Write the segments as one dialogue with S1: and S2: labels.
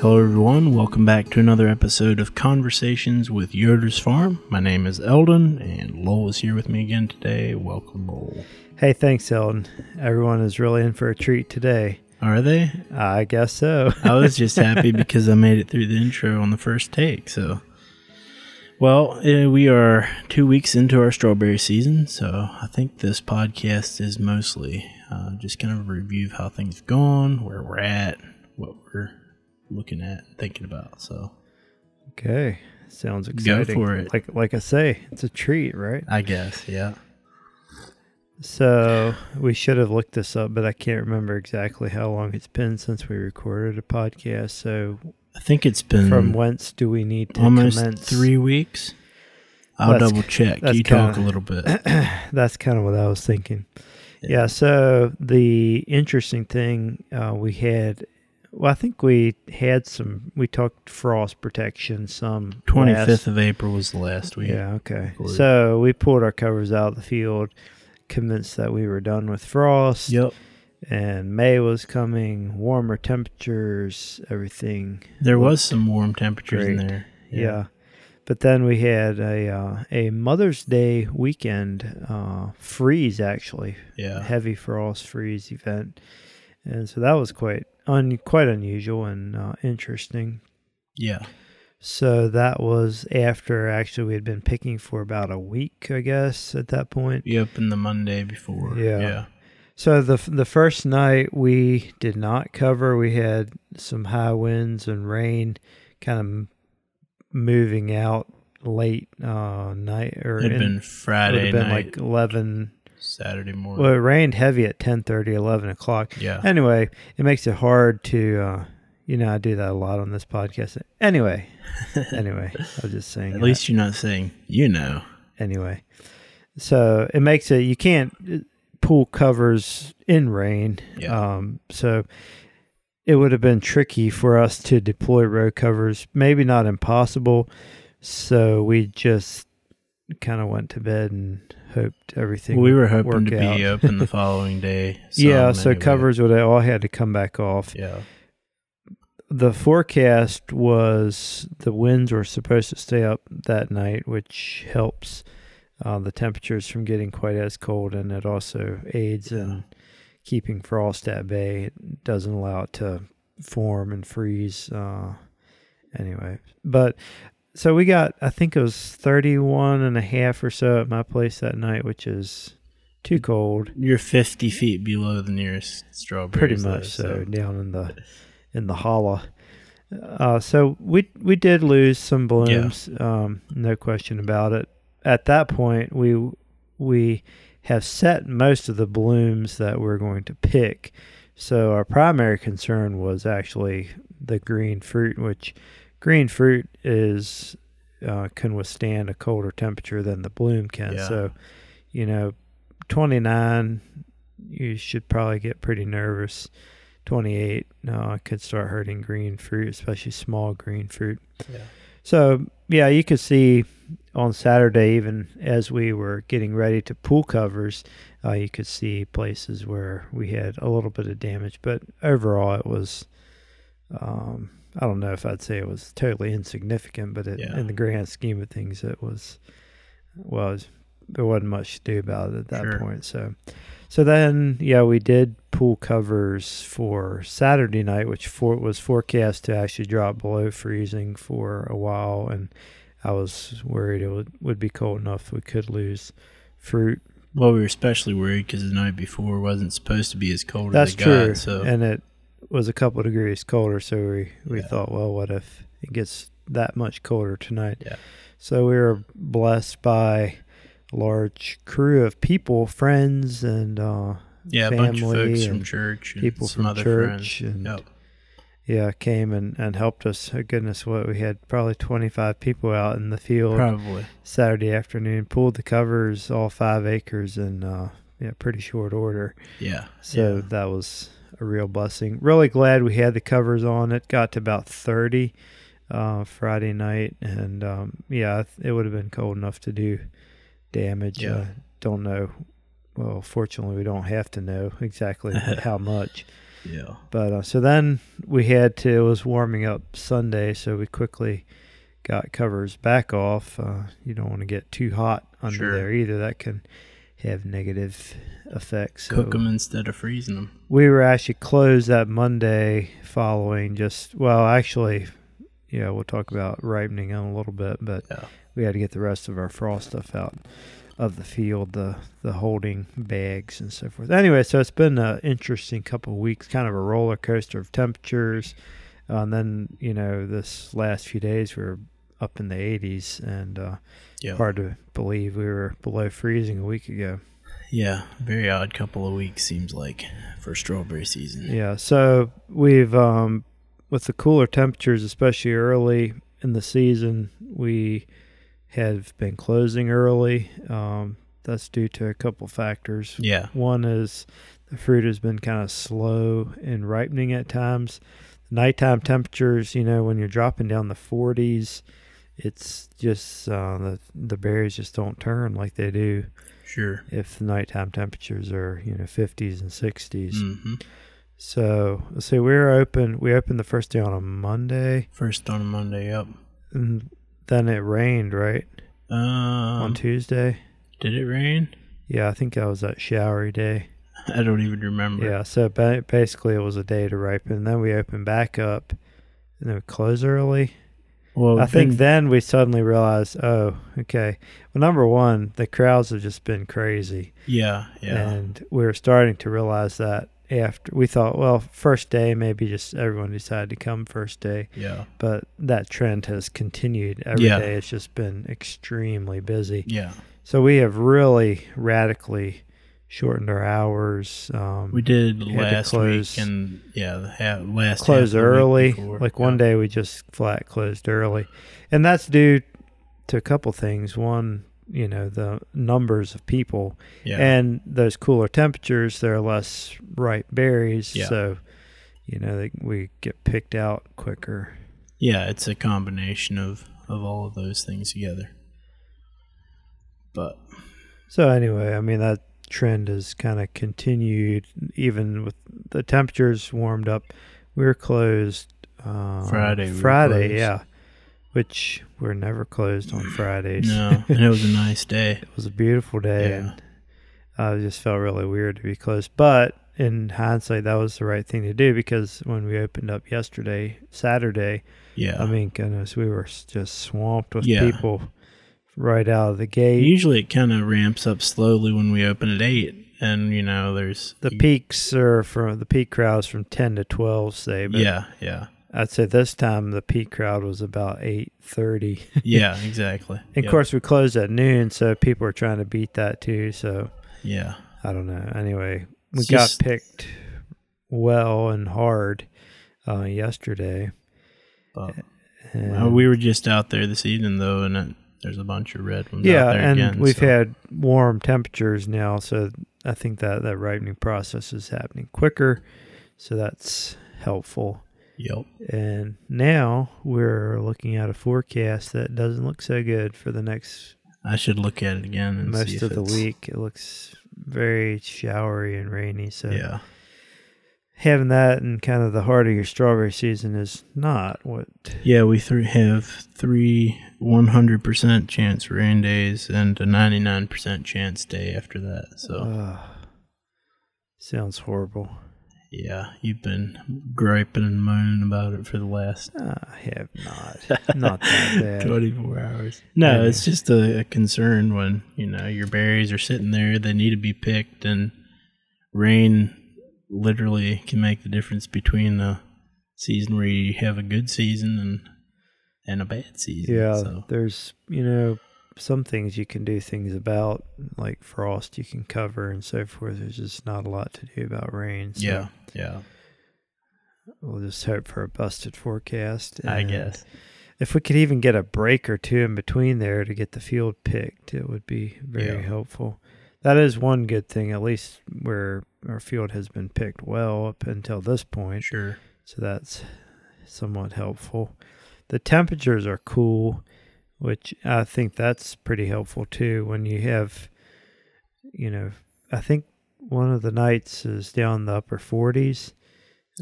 S1: Hello, everyone. Welcome back to another episode of Conversations with Yoder's Farm. My name is Eldon, and Lowell is here with me again today. Welcome, Lowell.
S2: Hey, thanks, Eldon. Everyone is really in for a treat today.
S1: Are they?
S2: I guess so.
S1: I was just happy because I made it through the intro on the first take. So, well, eh, we are two weeks into our strawberry season, so I think this podcast is mostly uh, just kind of a review of how things have gone, where we're at, what we're looking at, thinking about. So,
S2: Okay, sounds exciting.
S1: for it.
S2: Like like I say, it's a treat, right?
S1: I guess, yeah.
S2: So we should have looked this up, but I can't remember exactly how long it's been since we recorded a podcast. So
S1: I think it's been
S2: from whence do we need to
S1: Mm. almost
S2: commence?
S1: three weeks. I'll
S2: That's-
S1: double check.
S2: that's
S1: You talk a
S2: kinda-
S1: little bit.
S2: That's kind of what I was thinking. Yeah. so the interesting thing uh, we had, well, I think we had some. We talked frost protection. Some
S1: Twenty
S2: last-
S1: fifth of April was the last week.
S2: Yeah, okay.
S1: Glue.
S2: So we pulled our covers out of the field, convinced that we were done with frost.
S1: Yep.
S2: And May was coming, warmer temperatures, everything.
S1: There was some warm temperatures in
S2: Great.
S1: there.
S2: Yeah. But then we had a uh, a Mother's Day weekend uh, freeze, actually
S1: Yeah.
S2: heavy frost freeze event, and so that was quite un quite unusual and uh, interesting.
S1: Yeah.
S2: So that was after actually we had been picking for about a week, I guess, at that point.
S1: Yep. And the Monday before.
S2: Yeah.
S1: Yeah.
S2: So the the first night we did not cover. We had some high winds and rain, kind of m- moving out late uh, night or
S1: It'd
S2: in-
S1: been
S2: it would've
S1: Friday
S2: been
S1: night,
S2: like eleven.
S1: Saturday morning.
S2: Well, it rained heavy at 10, 11 o'clock.
S1: yeah.
S2: Anyway, it makes it hard to, uh, you know, I do that a lot on this podcast. Anyway, anyway, I was just saying.
S1: At
S2: that.
S1: least you're not saying you know.
S2: anyway. So it makes it you can't uh, pull covers in rain.
S1: Yeah.
S2: Um, so it would have been tricky for us to deploy row covers, maybe not impossible. So we just kind of went to bed and hoped everything.
S1: we
S2: would
S1: were hoping
S2: work
S1: to
S2: out.
S1: be open the following day.
S2: yeah,
S1: some
S2: so
S1: anyway.
S2: covers would have all had to come back off.
S1: Yeah.
S2: The forecast was the winds were supposed to stay up that night, which helps uh, the temperatures from getting quite as cold, and it also aids in keeping frost at bay. It doesn't allow it to form and freeze. Uh, anyway, but so we got, I think it was 31 and a half or so at my place that night, which is too cold.
S1: You're 50 feet below the nearest strawberry.
S2: pretty much so, down in the in the hollow. Uh, so we we did lose some blooms, um, no question about it. At that point, we we have set most of the blooms that we're going to pick. So our primary concern was actually the green fruit, which green fruit is uh, can withstand a colder temperature than the bloom can.
S1: Yeah.
S2: So, you know, twenty nine you should probably get pretty nervous. 28 uh, could start hurting green fruit, especially small green fruit.
S1: Yeah.
S2: So, yeah, you could see on Saturday, even as we were getting ready to pull covers, uh, you could see places where we had a little bit of damage. But overall, it was, um, I don't know if I'd say it was totally insignificant, but it,
S1: Yeah.
S2: in the grand scheme of things, it was, well, it was, there wasn't much to do about it at that
S1: Sure.
S2: point. So, so then, yeah, we did pull covers for Saturday night, which for, was forecast to actually drop below freezing for a while, and I was worried it would, would be cold enough we could lose fruit.
S1: Well, we were especially worried because the night before wasn't supposed to be as cold
S2: That's
S1: as it
S2: true,
S1: got. So
S2: and it was a couple degrees colder, so we we
S1: Yeah.
S2: thought, well, what if it gets that much colder tonight?
S1: Yeah.
S2: So we were blessed by a large crew of people, friends, and uh,
S1: yeah, a bunch of
S2: family
S1: folks from
S2: and
S1: church and
S2: people
S1: some
S2: from
S1: other
S2: church
S1: friends.
S2: and-
S1: Yep.
S2: yeah, came and, and helped us. Oh, goodness, what we had probably 25 people out in the field
S1: Probably.
S2: Saturday afternoon, pulled the covers, all five acres, in uh, yeah, pretty short order.
S1: Yeah.
S2: So
S1: yeah.
S2: that was a real blessing. Really glad we had the covers on. It got to about 30 uh, Friday night, and um, yeah, it would have been cold enough to do damage.
S1: Yeah.
S2: Uh, don't know. Well, fortunately, we don't have to know exactly how much.
S1: Yeah.
S2: But uh, so then we had to, it was warming up Sunday, so we quickly got covers back off. Uh, you don't want to get too hot under
S1: Sure.
S2: there either. That can have negative effects. So
S1: Cook them instead of freezing them.
S2: we were actually closed that Monday following just, well, actually, yeah, we'll talk about ripening in a little bit, but
S1: Yeah.
S2: we had to get the rest of our frost stuff out of the field, the the holding bags and so forth. Anyway, so it's been an interesting couple of weeks, kind of a roller coaster of temperatures, Uh, and then you know this last few days we were up in the 80s, and uh,
S1: Yeah.
S2: hard to believe we were below freezing a week ago.
S1: Yeah. Very odd couple of weeks seems like for strawberry season.
S2: Yeah, so we've um, with the cooler temperatures, especially early in the season, we have been closing early. Um, that's due to a couple factors.
S1: Yeah.
S2: One is the fruit has been kind of slow in ripening at times. Nighttime temperatures, you know, when you're dropping down the 40s, it's just uh, the the berries just don't turn like they do
S1: Sure.
S2: if the nighttime temperatures are you know 50s and 60s.
S1: hmm
S2: So let's see, we were open. We opened the first day on a Monday,
S1: First on Monday up.
S2: and then it rained right on
S1: Um,
S2: Tuesday.
S1: did it rain?
S2: Yeah, I think that was that showery day.
S1: I don't even remember.
S2: Yeah, so ba- basically it was a day to ripen. Then we opened back up, and then we close early.
S1: Well,
S2: I think
S1: then-
S2: then we suddenly realized, oh, okay. Well, number one, the crowds have just been crazy.
S1: Yeah. Yeah.
S2: And we were starting to realize that after we thought, well, first day, maybe just everyone decided to come first day.
S1: Yeah.
S2: But that trend has continued every day.
S1: Yeah.
S2: It's just been extremely busy.
S1: Yeah.
S2: So we have really radically shortened our hours. Um,
S1: We did
S2: had to
S1: last
S2: close-
S1: week and yeah, the ha- last half
S2: close
S1: of the week
S2: early.
S1: before.
S2: Like one
S1: Yeah.
S2: day we just flat closed early. And that's due to a couple things. One, you know, the numbers of people
S1: Yeah.
S2: and those cooler temperatures, there are less ripe berries.
S1: Yeah.
S2: So, you know, they, we get picked out quicker.
S1: yeah, it's a combination of of all of those things together. But
S2: So anyway, I mean that trend has kind of continued even with the temperatures warmed up. We were closed um,
S1: Friday we were
S2: Friday,
S1: closed.
S2: yeah, which we're never closed on Fridays.
S1: no, and it was a nice day.
S2: It was a beautiful day,
S1: Yeah.
S2: and I just felt really weird to be closed. But in hindsight, that was the right thing to do because when we opened up yesterday, Saturday,
S1: Yeah.
S2: I mean, goodness, we were s- just swamped with
S1: Yeah.
S2: people right out of the gate.
S1: Usually it kind of ramps up slowly when we open at 8 and you know there's
S2: The peaks are from the peak crowds from ten to twelve, say. But
S1: Yeah, yeah.
S2: I'd say this time the peak crowd was about eight thirty.
S1: Yeah, exactly. Yep.
S2: and of course, we closed at noon, so people are trying to beat that too. So
S1: Yeah.
S2: I don't know. Anyway, we
S1: It's
S2: got
S1: just-
S2: picked well and hard uh, yesterday.
S1: But
S2: And
S1: uh, we were just out there this evening though and it, there's a bunch of red ones
S2: yeah,
S1: out there
S2: and
S1: again.
S2: we've
S1: so-
S2: had warm temperatures now, so I think that that ripening process is happening quicker. So that's helpful.
S1: Yep.
S2: And now we're looking at a forecast that doesn't look so good for the next
S1: I should look at it again and see
S2: most
S1: if
S2: of the
S1: it's-
S2: week. It looks very showery and rainy. So
S1: Yeah.
S2: having that in kind of the heart of your strawberry season is not what.
S1: Yeah, we three have three 100% chance rain days and a 99% chance day after that. So,
S2: Uh, sounds horrible.
S1: yeah, you've been griping and moaning about it for the last
S2: I have not. not that bad.
S1: 24 hours. No,
S2: Yeah.
S1: it's just a, a concern when, you know, your berries are sitting there, they need to be picked, and rain literally can make the difference between a season where you have a good season and and a bad season.
S2: Yeah,
S1: So,
S2: there's you know some things you can do things about like frost you can cover and so forth. There's just not a lot to do about rain. So.
S1: yeah, yeah,
S2: We'll just hope for a busted forecast.
S1: I
S2: and
S1: guess.
S2: If we could even get a break or two in between there to get the field picked, it would be very
S1: Yeah.
S2: helpful. That is one good thing, at least where our field has been picked well up until this point.
S1: Sure.
S2: So that's somewhat helpful. The temperatures are cool, which I think that's pretty helpful too. When you have, you know, I think one of the nights is down in the upper 40s,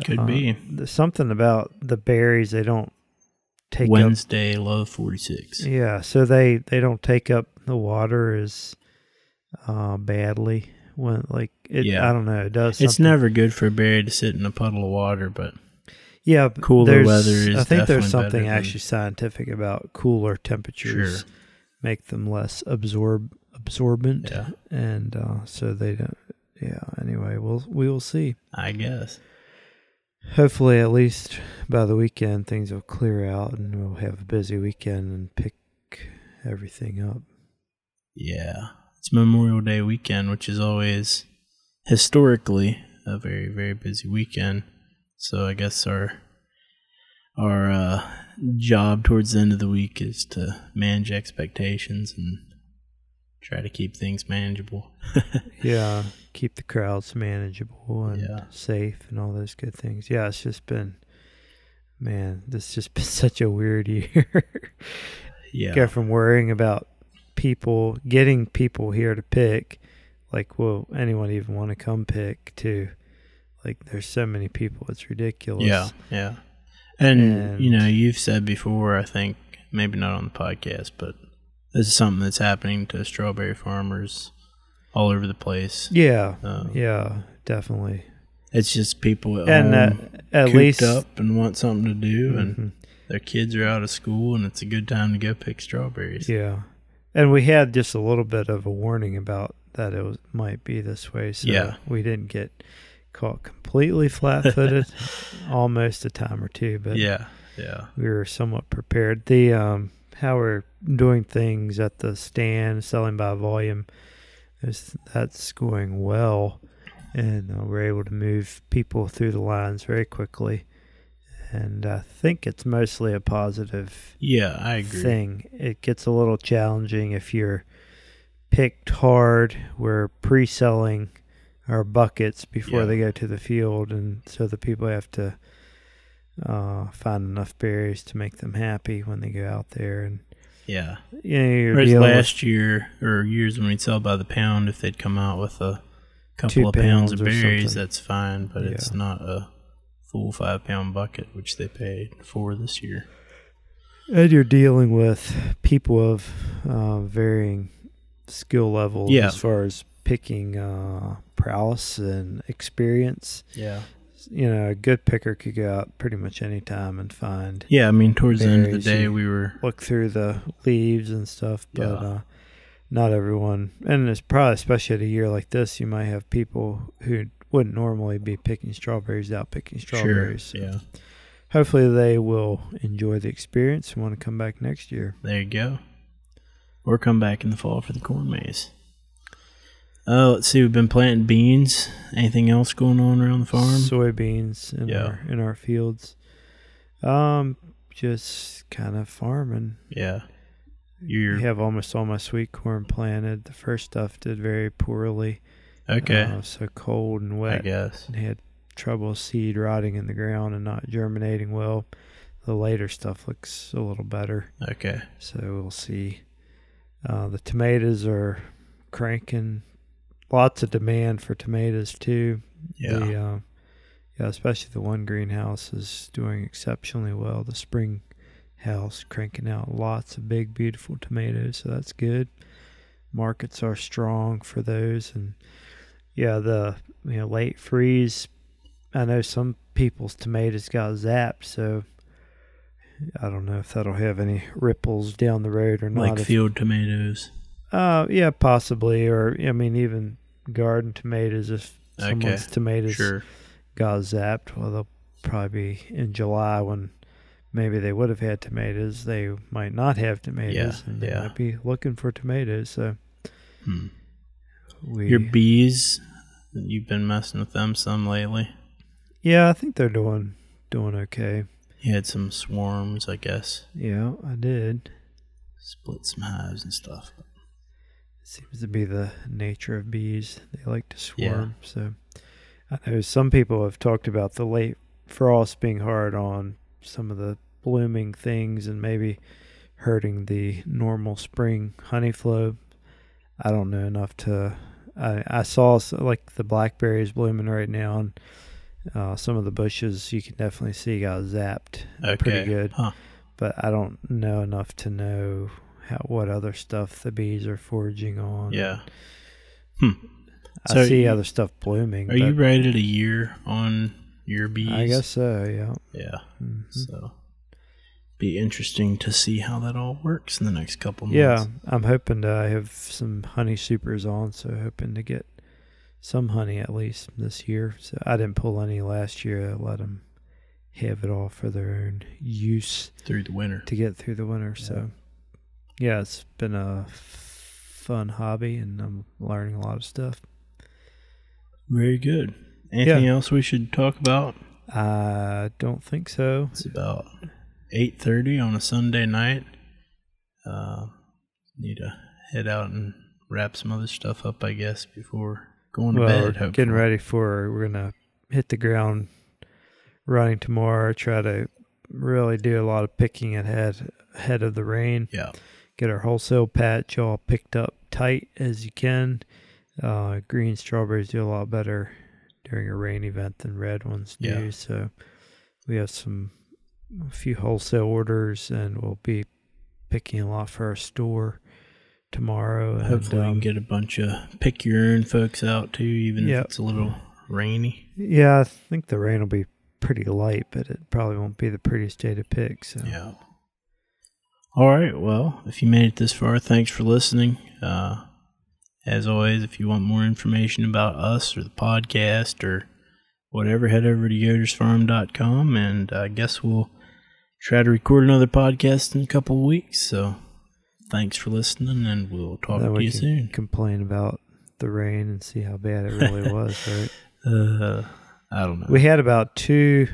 S1: Could
S2: Uh,
S1: be
S2: There's something about the berries they don't take up
S1: Wednesday, love forty six.
S2: Yeah, so they they don't take up the water as uh, badly when like it.
S1: Yeah.
S2: I don't know. It does.
S1: It's
S2: something.
S1: never good for a berry to sit in a puddle of water, but
S2: Yeah, b-
S1: cooler
S2: there's-
S1: weather is
S2: I think
S1: definitely
S2: there's
S1: better
S2: something
S1: than-
S2: actually scientific about cooler temperatures
S1: Sure.
S2: make them less absorb absorbent,
S1: yeah,
S2: and uh, so they don't. Yeah. Anyway, we'll we will see.
S1: I guess.
S2: Hopefully, at least by the weekend, things will clear out, and we'll have a busy weekend and pick everything up.
S1: Yeah. It's Memorial Day weekend, which is always historically a very, very busy weekend. So I guess our our uh, job towards the end of the week is to manage expectations and try to keep things manageable.
S2: yeah keep the crowds manageable and
S1: Yeah.
S2: safe and all those good things yeah it's just been man this just been such a weird year
S1: yeah.
S2: go from worrying about people getting people here to pick like will anyone even want to come pick to like there's so many people it's ridiculous
S1: Yeah, yeah. And,
S2: And-
S1: you know, you've said before, I think, maybe not on the podcast, but this is something that's happening to strawberry farmers all over the place.
S2: yeah
S1: Um,
S2: yeah definitely
S1: It's just people at
S2: and uh,
S1: home
S2: at
S1: um, cooped
S2: least
S1: up and want something to do, and
S2: Mhm.
S1: their kids are out of school, and it's a good time to go pick strawberries.
S2: Yeah. And we had just a little bit of a warning about that it was, might be this way. So
S1: Yeah.
S2: we didn't get caught completely flat footed, almost a time or two, but
S1: yeah, yeah.
S2: we were somewhat prepared. The um, how we're doing things at the stand, selling by volume, is that's going well, and uh, we're able to move people through the lines very quickly. And I think it's mostly a positive
S1: Yeah, I agree.
S2: thing. It gets a little challenging if you're picked hard. We're pre selling our buckets before
S1: Yeah.
S2: they go to the field, and so the people have to uh, find enough berries to make them happy when they go out there. And
S1: Yeah.
S2: you know, you're
S1: Whereas
S2: dealing with
S1: last year or years when we'd sell by the pound, if they'd come out with a couple
S2: Two
S1: of pounds,
S2: pounds
S1: of
S2: or
S1: berries,
S2: something.
S1: that's fine. But it's
S2: Yeah.
S1: not a full five pound bucket, which they paid for this year.
S2: And you're dealing with people of uh, varying skill levels
S1: Yeah.
S2: as far as picking uh, prowess and experience.
S1: Yeah.
S2: You know, a good picker could go out pretty much any time and find,
S1: Yeah. I mean, towards the end of the
S2: Berries,
S1: day,
S2: you-
S1: we were.
S2: look through the leaves and stuff, but
S1: Yeah.
S2: uh, not everyone. And it's probably, especially at a year like this, you might have people who wouldn't normally be picking strawberries out picking
S1: Sure.
S2: strawberries. So
S1: Yeah.
S2: Hopefully, they will enjoy the experience and want to come back next year.
S1: There you go. Or come back in the fall for the corn maze. Oh, let's see. We've been planting beans. Anything else going on around the farm?
S2: soybeans in
S1: Yeah.
S2: our in our fields. Um, just kind of farming.
S1: yeah.
S2: We
S1: You're
S2: have almost all my sweet corn planted. The first stuff did very poorly.
S1: okay.
S2: uh, so cold and
S1: I
S2: wet,
S1: guess.
S2: and had trouble seed rotting in the ground and not germinating well. The later stuff looks a little better,
S1: Okay.
S2: so we'll see. Uh, the tomatoes are cranking. Lots of demand for tomatoes too.
S1: Yeah.
S2: The, uh, yeah, especially the one greenhouse is doing exceptionally well. The spring house cranking out lots of big, beautiful tomatoes, so that's good. Markets are strong for those, and yeah, the you know late freeze. I know some people's tomatoes got zapped, so I don't know if that'll have any ripples down the road or not.
S1: like
S2: if-
S1: field tomatoes.
S2: uh, yeah, possibly, or I mean, even garden tomatoes. If
S1: Okay,
S2: someone's tomatoes
S1: Sure.
S2: got zapped. Well, they'll probably be in July when maybe they would have had tomatoes. They might not have tomatoes,
S1: Yeah,
S2: and they
S1: yeah.
S2: might be looking for tomatoes. So
S1: Hmm.
S2: we,
S1: Your bees, you've been messing with them some lately.
S2: yeah, I think they're doing doing okay.
S1: You had some swarms, I guess.
S2: Yeah, I did.
S1: Split some hives and stuff.
S2: Seems to be the nature of bees. They like to
S1: Yeah.
S2: swarm. So I know some people have talked about the late frost being hard on some of the blooming things and maybe hurting the normal spring honey flow. I don't know enough to. I, I saw s- like the blackberries blooming right now, and Uh, some of the bushes you can definitely see got zapped
S1: Okay.
S2: pretty good.
S1: Huh.
S2: But I don't know enough to know how what other stuff the bees are foraging on.
S1: Yeah. Hmm.
S2: I
S1: So
S2: see
S1: you-
S2: other stuff blooming.
S1: Are you
S2: but
S1: rated a year on your bees?
S2: I guess so. Yeah.
S1: Yeah.
S2: Mhm.
S1: So be interesting to see how that all works in the next couple months.
S2: Yeah, I'm hoping to. I have some honey supers on, so hoping to get some honey at least this year. So I didn't pull any last year. I let them have it all for their own use
S1: Through the winter.
S2: to get through the winter. So yeah, it's been a fun hobby, and I'm learning a lot of stuff.
S1: Very good. Anything else we should talk about?
S2: I don't think so.
S1: It's about eight thirty on a Sunday night. Uh, need to head out and wrap some other stuff up, I guess, before going to
S2: well,
S1: bed.
S2: we're
S1: Hopefully.
S2: getting ready for we're gonna hit the ground running tomorrow. Try to really do a lot of picking ahead ahead of the rain.
S1: Yeah.
S2: Get our wholesale patch all picked up tight as you can. Uh, green strawberries do a lot better during a rain event than red ones do.
S1: Yeah.
S2: So we have some a few wholesale orders, and we'll be picking a lot for our store tomorrow. and,
S1: Hopefully, we
S2: um,
S1: can get a bunch of pick your own folks out too, even
S2: Yep.
S1: if it's a little rainy.
S2: Yeah, I think the rain will be pretty light, but it probably won't be the prettiest day to pick. So
S1: Yeah. All right. Well, if you made it this far, thanks for listening. Uh, as always, if you want more information about us or the podcast or whatever, head over to yodersfarm.com and I guess we'll try to record another podcast in a couple of weeks. So thanks for listening and we'll talk
S2: then
S1: to
S2: we
S1: you
S2: can
S1: soon.
S2: complain about the rain and see how bad it really was. Right?
S1: Uh, I don't know.
S2: We had about two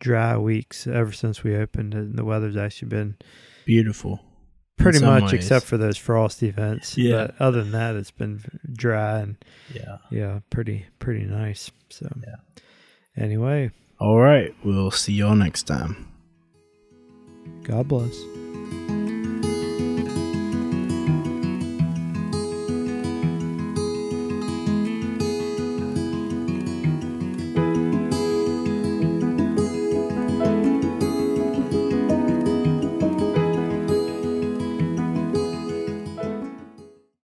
S2: dry weeks ever since we opened, and the weather's actually been
S1: Beautiful. In
S2: pretty
S1: some
S2: much,
S1: ways.
S2: except for those frost events.
S1: Yeah.
S2: But other than that, it's been dry and
S1: Yeah.
S2: yeah, pretty pretty nice. So
S1: Yeah.
S2: Anyway,
S1: All right. We'll see y'all next time.
S2: God bless.